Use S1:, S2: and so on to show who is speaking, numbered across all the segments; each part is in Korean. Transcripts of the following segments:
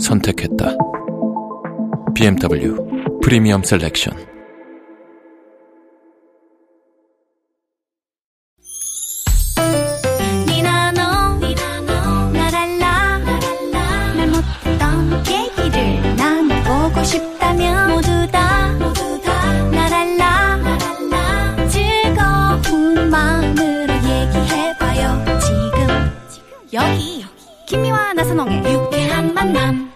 S1: 선택했다. BMW 프리미엄 셀렉션.
S2: 니나노 날 알라 말 못했던 얘기를 나눠보고 싶다면 모두 다 날 알라 즐거운 마음으로 얘기해봐요 지금 여기 김미와 나선홍의 유쾌한 만남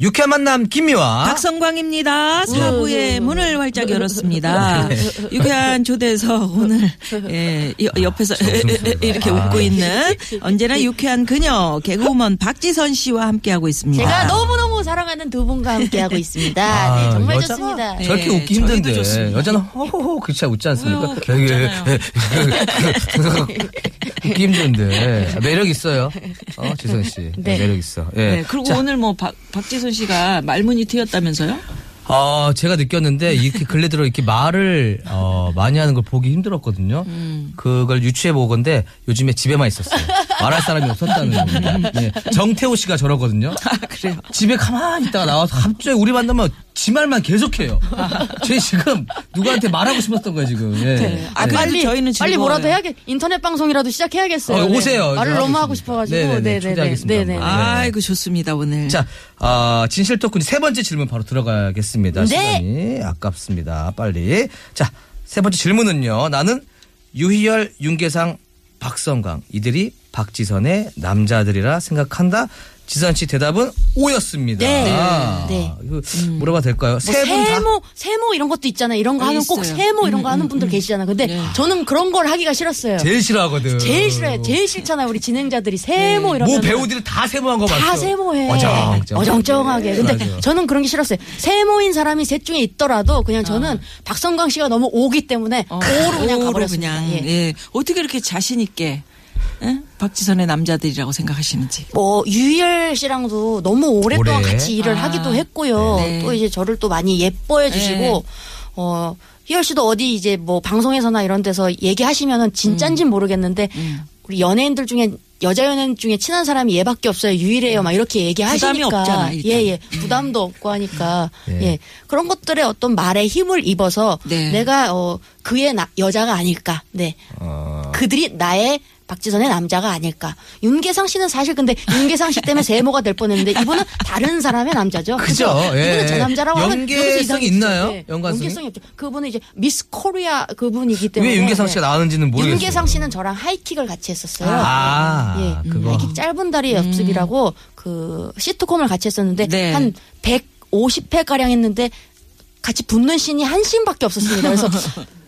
S3: 유쾌한 만남 김미와
S4: 박성광입니다. 사부의 문을 활짝 열었습니다. 유쾌한 초대석 오늘 예, 이- 옆에서 이렇게 웃고 있는 언제나 유쾌한 그녀 개그우먼 박지선 씨와 함께하고 있습니다.
S5: 제가 너무너무 사랑하는 두 분과 함께하고 있습니다.
S3: 아,
S5: 네, 정말
S3: 여자가
S5: 좋습니다.
S4: 네.
S3: 저렇게 웃기
S4: 저희도
S3: 힘든데
S4: 좋습니다.
S3: 여자는 호호호 그렇게 잘 웃지 않습니까? 예,
S4: 어휴,
S3: 되게
S4: 웃잖아요.
S3: 예, 웃기 힘든데 아, 매력 있어요. 어 지선 씨
S5: 네.
S3: 매력 있어. 예.
S4: 네, 그리고 오늘 뭐 박, 박지선 씨가 말문이 트였다면서요?
S3: 어, 제가 느꼈는데 이렇게 근래 들어 이렇게 말을 어, 많이 하는 걸 보기 힘들었거든요. 그걸 유추해 보건데 요즘에 집에만 있었어요. 말할 사람이 없었다는 겁니다. 네. 정태호 씨가 저러거든요.
S4: 아, 그래요?
S3: 집에 가만히 있다가 나와서 갑자기 우리 만나면 지 말만 계속해요. 제 지금 누구한테 말하고 싶었던 거예요, 지금. 예.
S4: 아,
S3: 네.
S4: 그래도
S5: 빨리
S4: 저희는
S5: 빨리
S4: 즐거워요.
S5: 뭐라도 해야겠. 인터넷 방송이라도 시작해야겠어요.
S3: 어,
S5: 네.
S3: 오세요.
S5: 말을
S3: 제가
S5: 너무
S3: 하겠습니다.
S5: 하고 싶어가지고.
S3: 네네네, 초대하겠습니다. 네.
S4: 아이고 좋습니다 오늘.
S3: 자, 아, 진실 토크 세 번째 질문 바로
S5: 네.
S3: 들어가겠습니다. 시간이 아깝습니다. 빨리. 자, 세 번째 질문은요. 나는 유희열, 윤계상, 박성강 이들이 박지선의 남자들이라 생각한다. 지선 씨 대답은 오였습니다. 아,
S5: 네. 네.
S3: 이거 물어봐도 될까요?
S5: 뭐
S3: 세 분 다. 음,
S5: 세모, 세모 이런 것도 있잖아요. 이런 거 하면 꼭
S4: 있어요.
S5: 세모 이런 거 하는 분들 계시잖아요. 근데 저는 그런 걸 하기가 싫었어요. 제일,
S3: 네. 제일 싫어하거든.
S5: 싫어요. 제일 싫잖아요. 우리 진행자들이 세모 이러면.
S3: 뭐 배우들이 다 세모한 거 맞죠?
S5: 다 세모해.
S3: 어정쩡.
S5: 하게 근데
S3: 맞아요.
S5: 저는 그런 게 싫었어요. 세모인 사람이 셋 중에 있더라도 그냥 저는
S3: 아.
S5: 박성광 씨가 너무 오기 때문에
S4: 어,
S5: 오로 그냥
S4: 오로
S5: 가버렸습니다.
S4: 그냥,
S5: 예.
S4: 예. 어떻게 이렇게 자신 있게 예? 박지선의 남자들이라고 생각하시는지.
S5: 뭐 유희열 씨랑도 너무 오랫동안
S3: 오래.
S5: 같이 일을
S4: 아.
S5: 하기도 했고요.
S4: 네.
S5: 또 이제 저를 또 많이 예뻐해 주시고
S4: 네.
S5: 어 희열 씨도 어디 이제 뭐 방송에서나 이런 데서 얘기하시면은 진짠진
S4: 음.
S5: 모르겠는데 우리 연예인들 중에 여자 연예인 중에 친한 사람이 얘밖에 없어요. 유일해요. 막 이렇게 얘기하시니까
S4: 부담이 없잖아, 일단.
S5: 예, 예. 부담도 없고 하니까
S3: 예.
S5: 예. 그런 것들의 어떤 말에 힘을 입어서
S4: 네.
S5: 내가 어 그의 나- 여자가 아닐까. 네.
S3: 어.
S5: 그들이 나의 박지선의 남자가 아닐까. 윤계상 씨는 사실 근데 윤계상 씨 때문에 세모가 될 뻔했는데 이분은 다른 사람의 남자죠.
S3: 그죠? 예.
S5: 이분은 제 남자라고 하면
S3: 연계성이
S5: 여기서 이상해지죠.
S3: 있나요?
S5: 예.
S3: 연관성이?
S5: 연계성이 없죠. 그분은 이제 미스 코리아 그분이기 때문에 예,
S3: 왜 윤계상 씨가 나왔는지는 모르겠어요.
S5: 윤계상 씨는 저랑 하이킥을 같이 했었어요.
S3: 아,
S5: 예.
S3: 그거.
S5: 하이킥 짧은 다리 연습이라고 그 시트콤을 같이 했었는데
S4: 네.
S5: 한 150회 가량 했는데 같이 붙는 씬이 한 씬밖에 없었습니다. 그래서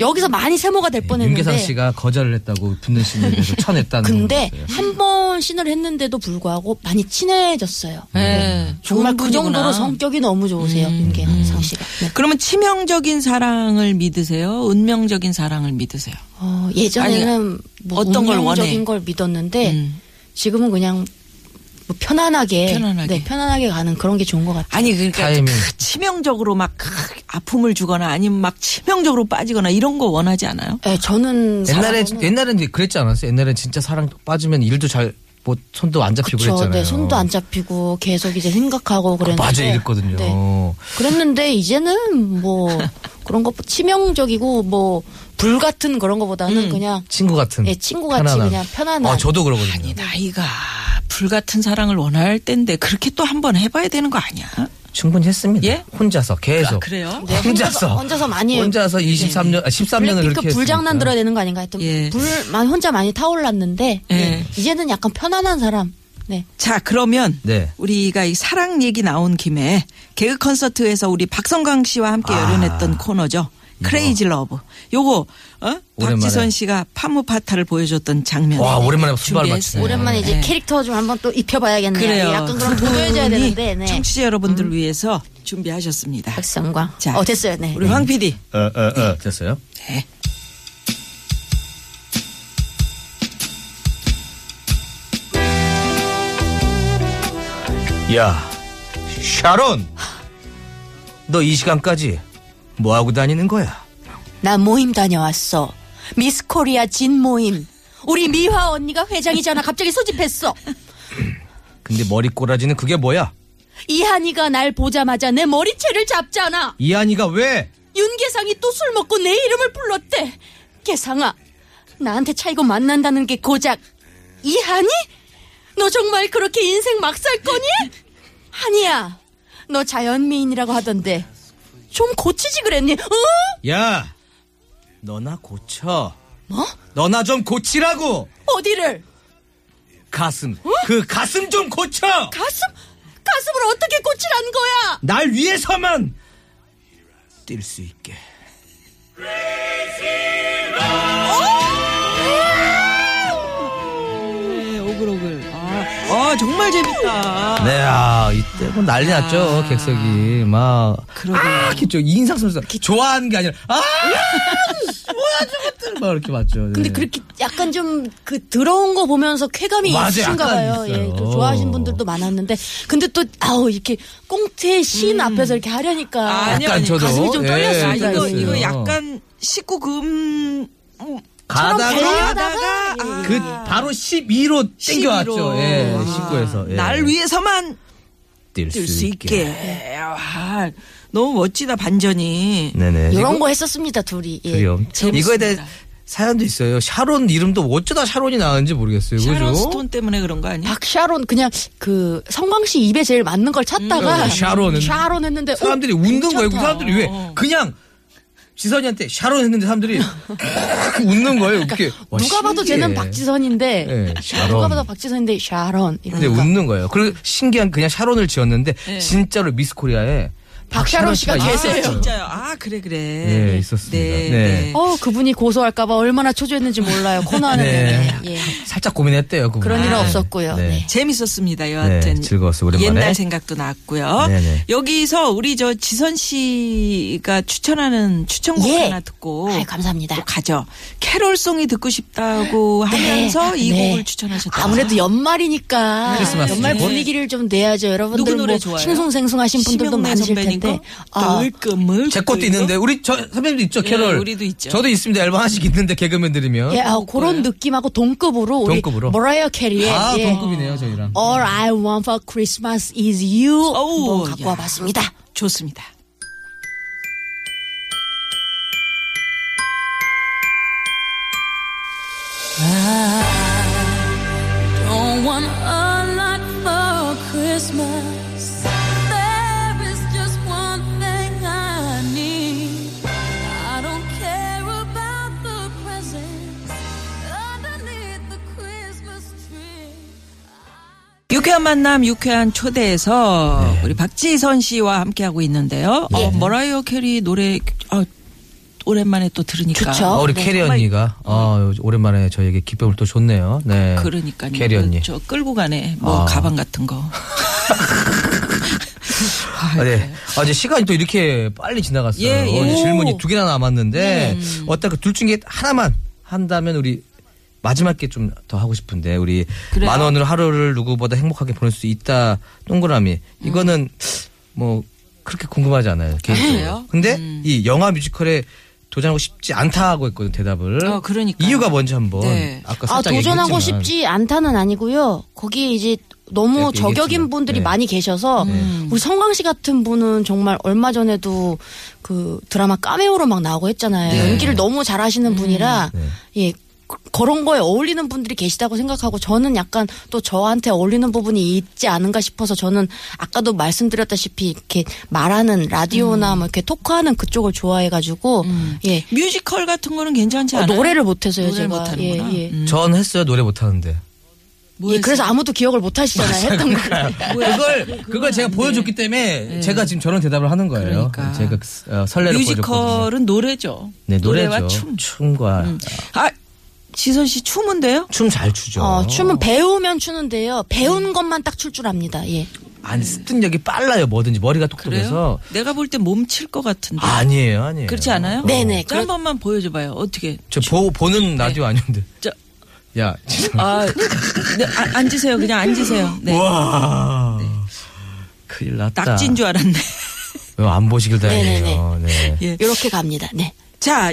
S5: 여기서 많이 세모가 될 뻔했는데
S3: 예, 윤계상 씨가 거절을 했다고 붙는 신에 대해서 쳐냈다는
S5: 근데
S3: 거였어요.
S5: 한 번 신을 했는데도 불구하고 많이 친해졌어요.
S4: 예.
S5: 정말
S4: 좋은
S5: 그 정도로
S4: 분이구나.
S5: 성격이 너무 좋으세요,
S4: 음.
S5: 윤계상 씨가. 네.
S4: 그러면 치명적인 사랑을 믿으세요? 운명적인 사랑을 믿으세요?
S5: 어, 예전에는 뭐
S4: 어떤 걸 원해?
S5: 운명적인 걸 믿었는데
S4: 음.
S5: 지금은 그냥 뭐 편안하게,
S4: 편안하게.
S5: 네, 편안하게 가는 그런 게 좋은 것 같아요.
S4: 아니 그러니까
S3: 타이밍.
S4: 크- 치명적으로 막 크- 아픔을 주거나 아니면 막 치명적으로 빠지거나 이런 거 원하지 않아요?
S5: 네, 저는
S3: 옛날에
S5: 사랑은-
S3: 옛날에 이제 그랬지 않았어요? 옛날엔 진짜 사랑 빠지면 일도 잘 뭐 손도 안 잡히고
S5: 그쵸,
S3: 그랬잖아요.
S5: 네, 손도 안 잡히고 계속 이제 생각하고 그랬는데
S3: 맞아 이랬거든요.
S5: 네. 그랬는데 이제는 뭐 그런 것 치명적이고 뭐 불 같은 그런 것보다는
S4: 음.
S5: 그냥
S3: 친구 같은.
S5: 예, 친구같이 그냥 편안한.
S3: 어, 저도 그러거든요.
S4: 아니 나이가 불 같은 사랑을 원할 때인데 그렇게 또 한 번 해봐야 되는 거 아니야?
S3: 충분히 했습니다.
S4: 예?
S3: 혼자서 계속.
S4: 아, 그래요?
S5: 네,
S3: 혼자서
S5: 혼자서 많이 네,
S3: 혼자서 23년 아, 13년을
S5: 블랙핑크
S3: 그렇게
S5: 불장난
S3: 했으니까.
S5: 들어야 되는 거 아닌가 하여튼
S4: 예.
S5: 불만 혼자 많이 타올랐는데
S4: 예.
S5: 네. 이제는 약간 편안한 사람 네.
S4: 자 그러면
S3: 네.
S4: 우리가 이 사랑 얘기 나온 김에 개그 콘서트에서 우리 박성광 씨와 함께
S3: 아.
S4: 열연했던 코너죠. 크레이지 러브. 요거 어?
S3: 오랜만에.
S4: 박지선 씨가 파무파타를 보여줬던 장면.
S3: 와, 오랜만에 수발
S4: 준비했어요.
S3: 맞추네.
S5: 오랜만에 이제
S4: 네.
S5: 캐릭터 좀 한번 또 입혀봐야겠네요. 예,
S4: 그래요.
S5: 약간 그런
S4: 그
S5: 도전해줘야
S4: 부분이
S5: 되는데. 네.
S4: 청취자 여러분들 위해서 준비하셨습니다.
S5: 박성광.
S4: 자.
S5: 어 됐어요. 네.
S4: 우리 황 PD.
S3: 어, 어, 어. 됐어요?
S4: 네.
S3: 야, 샤론! 너 이 시간까지 뭐 하고 다니는 거야?
S5: 나 모임 다녀왔어. 미스 코리아 진 모임. 우리 미화 언니가 회장이잖아. 갑자기 소집했어.
S3: 근데 머리 꼬라지는 그게 뭐야?
S5: 이한이가 날 보자마자 내 머리채를 잡잖아.
S3: 이한이가 왜?
S5: 윤계상이 또 술 먹고 내 이름을 불렀대. 계상아, 나한테 차이고 만난다는 게 고작 이하니? 너 정말 그렇게 인생 막 살 거니? 하니야, 너 자연미인이라고 하던데 좀 고치지 그랬니? 어?
S3: 야, 너나 고쳐.
S5: 뭐?
S3: 너나 좀 고치라고!
S5: 어디를?
S3: 가슴, 그 가슴 좀 고쳐!
S5: 가슴? 가슴을 어떻게 고치란 거야?
S3: 날 위해서만 뛸 수 있게.
S4: 네, 오글오글. 아, 아, 정말 재밌다.
S3: 네, 아, 이때 뭐 난리 났죠, 객석이. 막.
S4: 아. 그러게요.
S3: 아, 이렇게 인상 쓰면서. 좋아하는 게 아니라, 아! 뭐야, 저것들! 막 이렇게 맞죠. 네.
S5: 근데 그렇게 약간 좀 그 더러운 거 보면서 쾌감이
S3: 맞아요.
S5: 있으신가
S3: 약간
S5: 봐요.
S3: 있어요.
S5: 예, 또 좋아하신 분들도 많았는데 근데 또 아우 이렇게 꽁트의 신
S3: 음.
S5: 앞에서 이렇게 하려니까
S4: 아니요,
S3: 약간
S4: 아니요.
S3: 저도.
S5: 가슴이 좀 떨렸을
S4: 아,
S5: 네,
S4: 이거,
S5: 그랬어요.
S4: 이거 약간 19금.
S3: 가다가
S4: 가다가 아,
S3: 그 바로 12로 땡겨왔죠.
S4: 12로.
S3: 예,
S4: 아,
S3: 19에서. 예.
S4: 날 위해서만
S3: 뛸
S4: 뛸 수 있게. 와, 너무 멋지다 반전이.
S3: 네네.
S5: 이런 거 했었습니다 둘이. 예.
S3: 그래요.
S4: 재밌습니다.
S3: 이거에 대해 사연도 있어요. 샤론 이름도 어쩌다 샤론이 나왔는지 모르겠어요.
S4: 샤론
S3: 그죠?
S4: 스톤 때문에 그런 거 아니야?
S5: 박샤론 그냥 그 성광 씨 입에 제일 맞는 걸 찾다가
S3: 음, 샤론은-
S5: 샤론 했는데 어,
S3: 사람들이 웃는 거예요. 그
S5: 괜찮다. 어.
S3: 사람들이 왜 그냥 지선이한테 샤론 했는데 사람들이 웃는 거예요. 이렇게 와,
S5: 그러니까 누가 봐도
S3: 신기해.
S5: 쟤는 박지선인데
S3: 예, 샤론.
S5: 누가 봐도 박지선인데 샤론
S3: 근데
S5: 이러니까
S3: 웃는 거예요. 그리고 신기한 그냥 샤론을 지었는데 진짜로 미스코리아에
S5: 예. 박샤론 씨가
S3: 아,
S4: 아,
S5: 계세요.
S4: 진짜요? 아, 그래, 그래.
S3: 네, 있었습니다.
S4: 네,
S3: 네.
S4: 네.
S5: 어 그분이 고소할까봐 얼마나 초조했는지 몰라요 코너 하는
S3: 네.
S5: 내내. 예.
S3: 살짝 고민했대요. 그분.
S5: 그런 일은
S3: 네.
S5: 없었고요.
S3: 네.
S5: 네.
S4: 재밌었습니다. 여하튼
S3: 네, 즐거웠어요. 오랜만에.
S4: 옛날 생각도 났고요.
S3: 네네.
S4: 여기서 우리 저 지선 씨가 추천하는 추천곡
S5: 예. 네.
S4: 하나 듣고 뭐
S5: 아이, 감사합니다.
S4: 또 가죠. 캐롤송이 듣고 싶다고 하면서 이
S5: 네.
S4: 곡을 추천하셨다.
S5: 아무래도 연말이니까
S3: 크리스마스.
S5: 연말
S4: 네.
S5: 분위기를 좀 내야죠. 여러분들
S4: 누구 노래
S5: 뭐
S4: 좋아해요?
S5: 싱숭생숭하신 분들도
S4: 심형래
S5: 많으실
S4: 선배님
S5: 텐데. 아,
S4: 거? 물끄물
S3: 제 것도
S4: 끄물.
S3: 있는데 우리 저 선배님도 있죠
S4: 예,
S3: 캐롤.
S4: 우리도 있죠.
S3: 저도 있습니다. 앨범 하나씩 있는데 개그맨들이면.
S5: 예, 아, 그런 느낌하고 동급으로 우리
S3: 동급으로.
S5: 머라이어 캐리의
S3: 아
S5: 예.
S3: 동급이네요 저희랑.
S5: All I Want for Christmas is You
S4: 어우,
S5: 한번 갖고
S4: 야.
S5: 와봤습니다.
S4: 좋습니다.
S6: Don't want a lot for Christmas. There is just one thing I need. I don't care about the presents underneath the Christmas tree.
S4: 유쾌한 만남, 유쾌한 초대에서
S3: 네.
S4: 우리 박지선 씨와 함께하고 있는데요.
S5: 네.
S4: 어, 머라이어 캐리 노래 아, 오랜만에 또 들으니까
S5: 좋죠.
S3: 어, 우리
S5: 네,
S3: 캐리
S4: 정말-
S3: 언니가 어, 오랜만에 저에게 기쁨을 또 줬네요. 네.
S4: 그러니까요.
S3: 캐리 언니.
S4: 저 끌고 가네. 뭐
S3: 아.
S4: 가방 같은 거.
S3: 아, 네. 아, 이제 시간이 또 이렇게 빨리 지나갔어요.
S4: 예, 예. 네.
S3: 어, 이제
S4: 오.
S3: 질문이 두 개나 남았는데 어떤 그둘 중에 하나만 한다면 우리 마지막 게 좀 더 하고 싶은데 우리
S4: 그래요?
S3: 만 원으로 하루를 누구보다 행복하게 보낼 수 있다 동그라미 이거는 뭐 그렇게 궁금하지 않아요. 개인적으로.
S4: 음. 그래요? 음.
S3: 근데 이 영화 뮤지컬에 도전하고 싶지 않다고 했거든 대답을.
S4: 어, 그러니까요.
S3: 이유가 뭔지 한번
S4: 네.
S3: 아까
S5: 아,
S3: 그러니까 살짝
S5: 도전하고
S3: 얘기했지만.
S5: 싶지 않다는 아니고요. 거기에 이제 너무
S3: 이렇게
S5: 저격인
S3: 얘기했지만.
S5: 분들이
S3: 네. 음.
S5: 많이 계셔서 우리 성광 씨 같은 분은 정말 얼마 전에도 그 드라마 까메오로 막 나오고 했잖아요.
S3: 네.
S5: 연기를 너무
S4: 음.
S5: 잘하시는 분이라 예. 그- 그런 거에 어울리는 분들이 계시다고 생각하고 저는 약간 또 저한테 어울리는 부분이 있지 않은가 싶어서 저는 아까도 말씀드렸다시피 이렇게 말하는 라디오나
S4: 음.
S5: 뭐 이렇게 토크하는 그쪽을 좋아해가지고 예
S4: 뮤지컬 같은 거는 괜찮지
S5: 어,
S4: 음. 않아요?
S5: 노래를 못해서요
S4: 노래를
S5: 제가
S4: 못하는구나.
S5: 예, 예.
S4: 음.
S3: 전 했어요 노래 못하는데.
S4: 뭐
S5: 예, 그래서
S4: 했어요?
S5: 아무도 기억을 못 하시잖아요. 했던 거.
S3: 그걸 그걸 제가 보여줬기 때문에 제가 지금 저런 대답을 하는 거예요.
S4: 예. 그러니까.
S3: 제가 어, 설레를 보여줬거든요.
S4: 뮤지컬은 노래죠.
S3: 네, 노래죠.
S4: 와 춤.
S3: 과
S4: 아 지선 씨 춤은데요?
S3: 춤 잘 추죠.
S5: 어, 춤은 배우면 추는데요. 배운 것만 딱 출 줄 압니다. 예.
S3: 안 습득력이 빨라요. 뭐든지 머리가
S4: 그래요?
S3: 똑똑해서
S4: 내가 볼 때 몸칠 것 같은데.
S3: 아니에요, 네. 아니에요.
S4: 그렇지 않아요?
S5: 네네.
S4: 어. 저한 번만 보여줘봐요. 어떻게?
S3: 저 보, 보는 라디오
S4: 네.
S3: 아닌데.
S4: 저,
S3: 야, 진짜.
S4: 아, 네, 아, 앉으세요. 그냥 앉으세요. 네.
S3: 와. 큰일 났다.
S4: 낙지인 줄 알았네.
S3: 어, 안 보시길 다행이에요.
S5: 네네네.
S3: 네.
S4: 예.
S5: 이렇게 갑니다. 네.
S4: 자,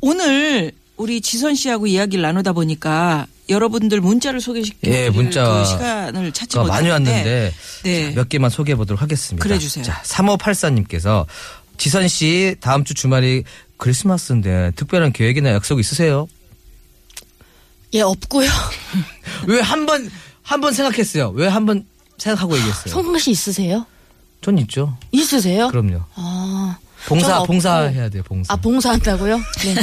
S4: 오늘 우리 지선 씨하고 이야기를 나누다 보니까 여러분들 문자를 소개시켜
S3: 예, 문자
S4: 그 시간을 찾지
S3: 가 많이
S4: 못했는데
S3: 왔는데
S4: 네.
S3: 자, 몇 개만 소개해 보도록 하겠습니다.
S4: 그래 주세요.
S3: 자, 3584님께서 지선 씨 다음 주 주말이 크리스마스인데 특별한 계획이나 약속 있으세요?
S5: 예, 없고요.
S3: 왜 한 번 한 번 생각했어요? 왜 한 번 생각하고 얘기했어요?
S5: 성광 씨 있으세요?
S3: 전 있죠.
S5: 있으세요?
S3: 네. 그럼요.
S5: 아. 저는
S3: 봉사
S5: 없고.
S3: 봉사 해야 돼요. 봉사.
S5: 아, 봉사한다고요? 네.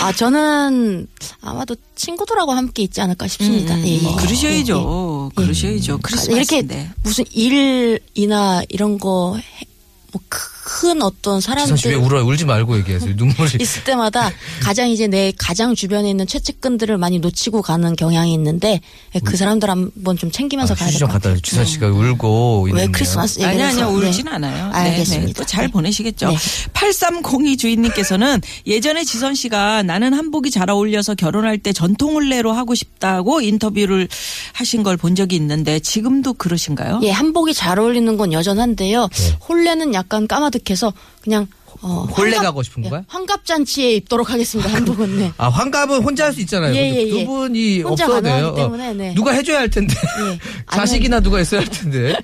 S5: 아, 저는 아마도 친구들하고 함께 있지 않을까 싶습니다. 예, 예.
S4: 음,
S5: 음,
S4: 그러셔야죠. 그러셔야죠.
S5: 예, 예. 이렇게
S4: 크리스마스인데.
S5: 무슨 일이나 이런 거, 해- 뭐, 큰 어떤
S3: 지선 씨 왜
S5: 사람들
S3: 울어요? 울지 말고 얘기하세요. 눈물이.
S5: 있을 때마다 가장 이제 내 가장 주변에 있는 최측근들을 많이 놓치고 가는 경향이 있는데 예, 그 사람들 한번 좀 챙기면서
S3: 아,
S5: 가야
S3: 휴지
S5: 될
S3: 좀
S5: 것 같아요. 네.
S3: 갖다 주 지선 씨가 울고
S5: 왜
S3: 있네요.
S5: 크리스마스 얘기를
S4: 아니 아니요
S5: 해서,
S4: 울진
S5: 네.
S4: 않아요.
S5: 알겠습니다.
S4: 또잘
S5: 네.
S4: 보내시겠죠.
S5: 네.
S4: 8302 주인님께서는 예전에 지선 씨가 나는 한복이 잘 어울려서 결혼할 때 전통 혼례로 하고 싶다고 인터뷰를 하신 걸 본 적이 있는데 지금도 그러신가요?
S5: 예, 한복이 잘 어울리는 건 여전한데요. 홀레는 약간 까마득해서 그냥 어,
S3: 네. 홀레 가고 싶은
S5: 예,
S3: 거야?
S5: 환갑 잔치에 입도록 하겠습니다. 한복은 네.
S3: 아 환갑은 혼자 할 수 있잖아요.
S5: 예,
S3: 근데
S5: 예, 예.
S3: 두 분이
S5: 혼자
S3: 없어도 돼요.
S5: 가능하기 때문에, 네.
S3: 누가 해줘야 할 텐데.
S5: 예.
S3: 자식이나 누가 있어야 할 텐데.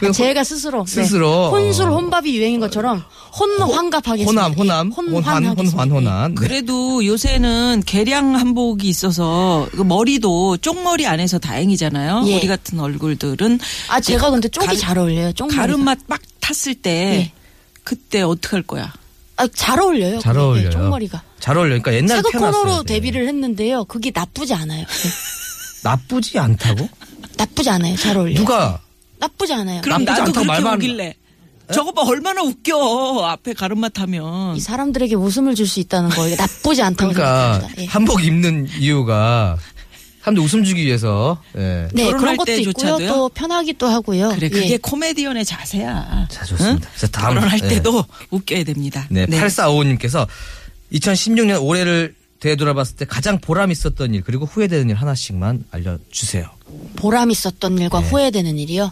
S3: 그냥
S5: 제가 스스로 네.
S3: 스스로.
S5: 혼술 혼밥이 유행인 것처럼 혼 환갑하겠습니다.
S3: 호남, 호남,
S5: 예,
S3: 혼환,
S5: 혼환하겠습니다.
S3: 혼환, 혼환. 네.
S4: 그래도 요새는 개량 한복이 있어서 그 머리도 쪽머리 안에서 다행이잖아요.
S5: 예.
S4: 우리 같은 얼굴들은
S5: 아 제가 근데 쪽이
S4: 가르-
S5: 잘 어울려요. 쪽
S4: 가르마 빡 탔을 때
S5: 예.
S4: 그때 어떡할 거야?
S5: 아잘 어울려요.
S3: 잘
S5: 그게. 예,
S3: 어울려요.
S5: 쪽머리가
S3: 잘 어울려. 그러니까 옛날에
S5: 사극
S3: 태어났어요.
S5: 코너로 데뷔를 했는데요. 그게 나쁘지 않아요. 예.
S3: 나쁘지 않다고?
S5: 나쁘지 않아요. 잘 어울려. 요
S3: 누가?
S5: 나쁘지 않아요.
S4: 그럼
S3: 나쁘지
S4: 나도
S3: 않다고
S4: 그렇게
S3: 말만-
S4: 우길래. 어? 저거 봐 얼마나 웃겨 앞에 가르마 타면
S5: 이 사람들에게 웃음을 줄 수 있다는 거 이게 나쁘지 않다고
S3: 그러니까
S5: 생각합니다. 예.
S3: 한복 입는 이유가 사람들 웃음 주기 위해서. 예.
S5: 네,
S4: 결혼할
S5: 그런 것도 있고요.
S4: 때조차도요?
S5: 또 편하기도 하고요.
S4: 그래 그게
S5: 예.
S4: 코미디언의 자세야.
S3: 자, 좋습니다. 자, 다음.
S4: 결혼할
S3: 예.
S4: 때도 웃겨야 됩니다.
S3: 네, 8455님께서 2016년 올해를 되돌아봤을 때 가장 보람 있었던 일 그리고 후회되는 일 하나씩만 알려주세요.
S5: 보람 있었던 일과
S3: 네.
S5: 후회되는 일이요.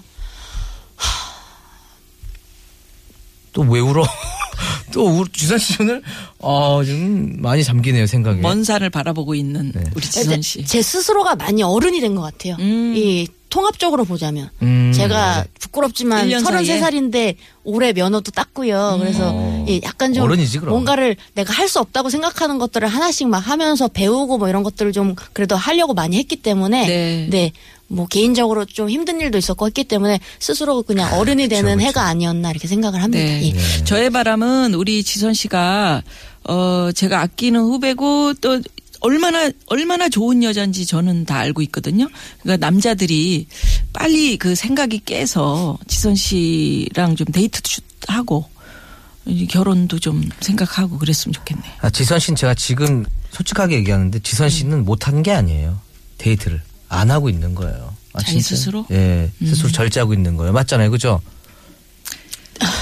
S3: 또 왜 울어? 또 울, 주선 씨 오늘 어, 좀 많이 잠기네요 생각에.
S4: 먼 산을 바라보고 있는 우리 지선 씨. 음.
S5: 그러니까 제 스스로가 많이 어른이 된 것 같아요. 이 통합적으로 보자면
S3: 음.
S5: 제가 부끄럽지만
S4: 일년 음.
S5: 33살인데 올해 면허도 땄고요. 그래서 예, 약간 좀
S3: 어. 어른이지, 그럼.
S5: 뭔가를 내가 할 수 없다고 생각하는 것들을 하나씩 막 하면서 배우고 뭐 이런 것들을 좀 그래도 하려고 많이 했기 때문에
S4: 네.
S5: 뭐 개인적으로 좀 힘든 일도 있었고 했기 때문에 스스로
S3: 아,
S5: 그냥 어른이 되는 해가 아니었나 이렇게 생각을 합니다.
S4: 네.
S5: 예.
S4: 저의 바람은 우리 지선 씨가 어 제가 아끼는 후배고 또 얼마나 얼마나 좋은 여자인지 저는 다 알고 있거든요. 그러니까 남자들이 빨리 그 생각이 깨서 지선 씨랑 좀 데이트 하고 이제 결혼도 좀 생각하고 그랬으면 좋겠네요.
S3: 아, 지선 씨는 제가 지금 솔직하게 얘기하는데 지선 씨는 못한 게 아니에요. 데이트를 안 하고 있는 거예요. 아,
S4: 자기
S3: 진짜요?
S4: 스스로? 음.
S3: 예, 스스로 절제하고 있는 거예요. 맞잖아요, 그죠?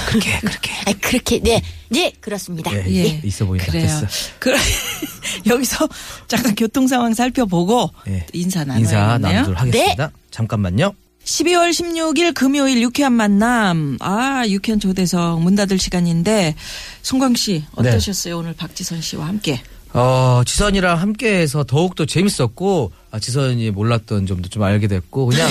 S3: 그렇게 그렇게.
S5: 아, 그렇게 네, 네 그렇습니다.
S3: 예,
S4: 예.
S3: 있어 보인다.
S4: 그래요.
S3: 됐어.
S4: 그 여기서 잠깐 교통 상황 살펴보고
S3: 예.
S4: 인사
S3: 인사
S4: 나눠야겠네요.
S3: 나누도록 하겠습니다. 잠깐만요.
S4: 12월 16일 금요일 유쾌한 만남. 아, 유쾌한 조대성 문 닫을 시간인데 송광
S3: 네.
S4: 씨 어떠셨어요? 오늘 박지선 씨와 함께.
S3: 어, 지선이랑 함께해서 더욱더 재밌었고 아, 지선이 몰랐던 점도 좀 알게 됐고 그냥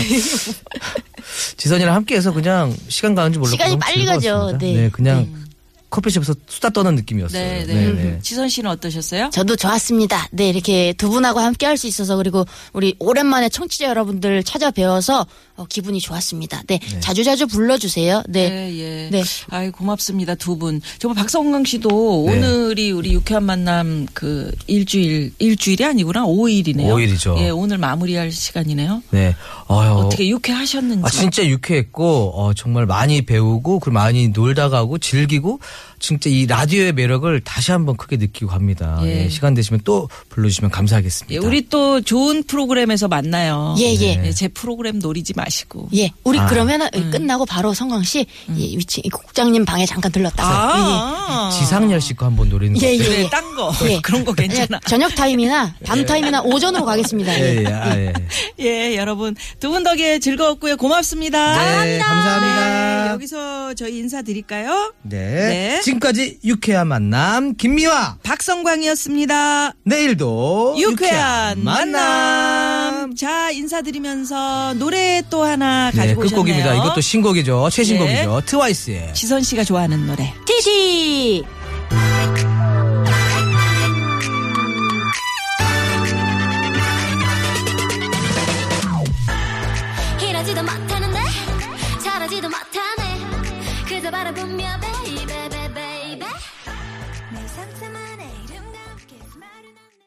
S3: 지선이랑 함께해서 그냥 시간 가는 줄 몰랐고
S5: 시간이
S3: 너무
S5: 빨리 가죠.
S3: 즐거웠습니다.
S5: 네.
S3: 그냥 커피숍에서 수다 떠는 느낌이었어요.
S4: 네, 네. 지선 씨는 어떠셨어요?
S5: 저도 좋았습니다. 네, 이렇게 두 분하고 함께 할 수 있어서 그리고 우리 오랜만에 청취자 여러분들 찾아뵈어서 어, 기분이 좋았습니다. 네, 자주자주 불러주세요. 네.
S4: 네, 예.
S5: 네.
S4: 아이, 고맙습니다, 두 분. 정말 박성강 씨도
S3: 네.
S4: 오늘이 우리 유쾌한 만남 그 일주일, 일주일이 아니구나. 오일이네요
S3: 오일이죠.
S4: 예, 오늘 마무리할 시간이네요.
S3: 네. 아유.
S4: 어떻게 유쾌하셨는지.
S3: 아, 진짜 유쾌했고, 어, 정말 많이 배우고, 그리고 많이 놀다 가고, 즐기고, 진짜 이 라디오의 매력을 다시 한번 크게 느끼고 갑니다.
S4: 예.
S3: 예, 시간 되시면 또 불러주시면 감사하겠습니다.
S4: 예, 우리 또 좋은 프로그램에서 만나요.
S5: 예, 예.
S4: 예, 제 프로그램 노리지 마시고.
S5: 예, 우리 그러면
S4: 음.
S5: 끝나고 바로 성광 씨 예, 위치 국장님 방에 잠깐 들렀다가
S3: 지상열 씨거 한번 노리는 거.
S5: 예, 예,
S3: 어때요?
S5: 예.
S4: 아. 네, 딴 거.
S5: 예.
S4: 그런 거
S5: 예.
S4: 괜찮아.
S5: 저녁 타임이나 밤 타임이나 오전으로 가겠습니다. 예.
S3: 예, 예, 아, 예.
S4: 예, 여러분. 두 분 덕에 즐거웠고요. 고맙습니다.
S3: 네, 감사합니다.
S4: 네, 여기서 저희 인사드릴까요?
S3: 네.
S4: 네.
S3: 지금까지 유쾌한 만남, 김미화!
S4: 박성광이었습니다.
S3: 어, 내일도
S4: 유쾌한 만남. 자, 인사드리면서 노래 또 하나
S3: 네,
S4: 가지고
S3: 끝곡입니다.
S4: 오셨네요. 예.
S3: 이것도 신곡이죠. 최신곡이죠. 트와이스의
S4: 지선 씨가 좋아하는 노래.
S5: 티시.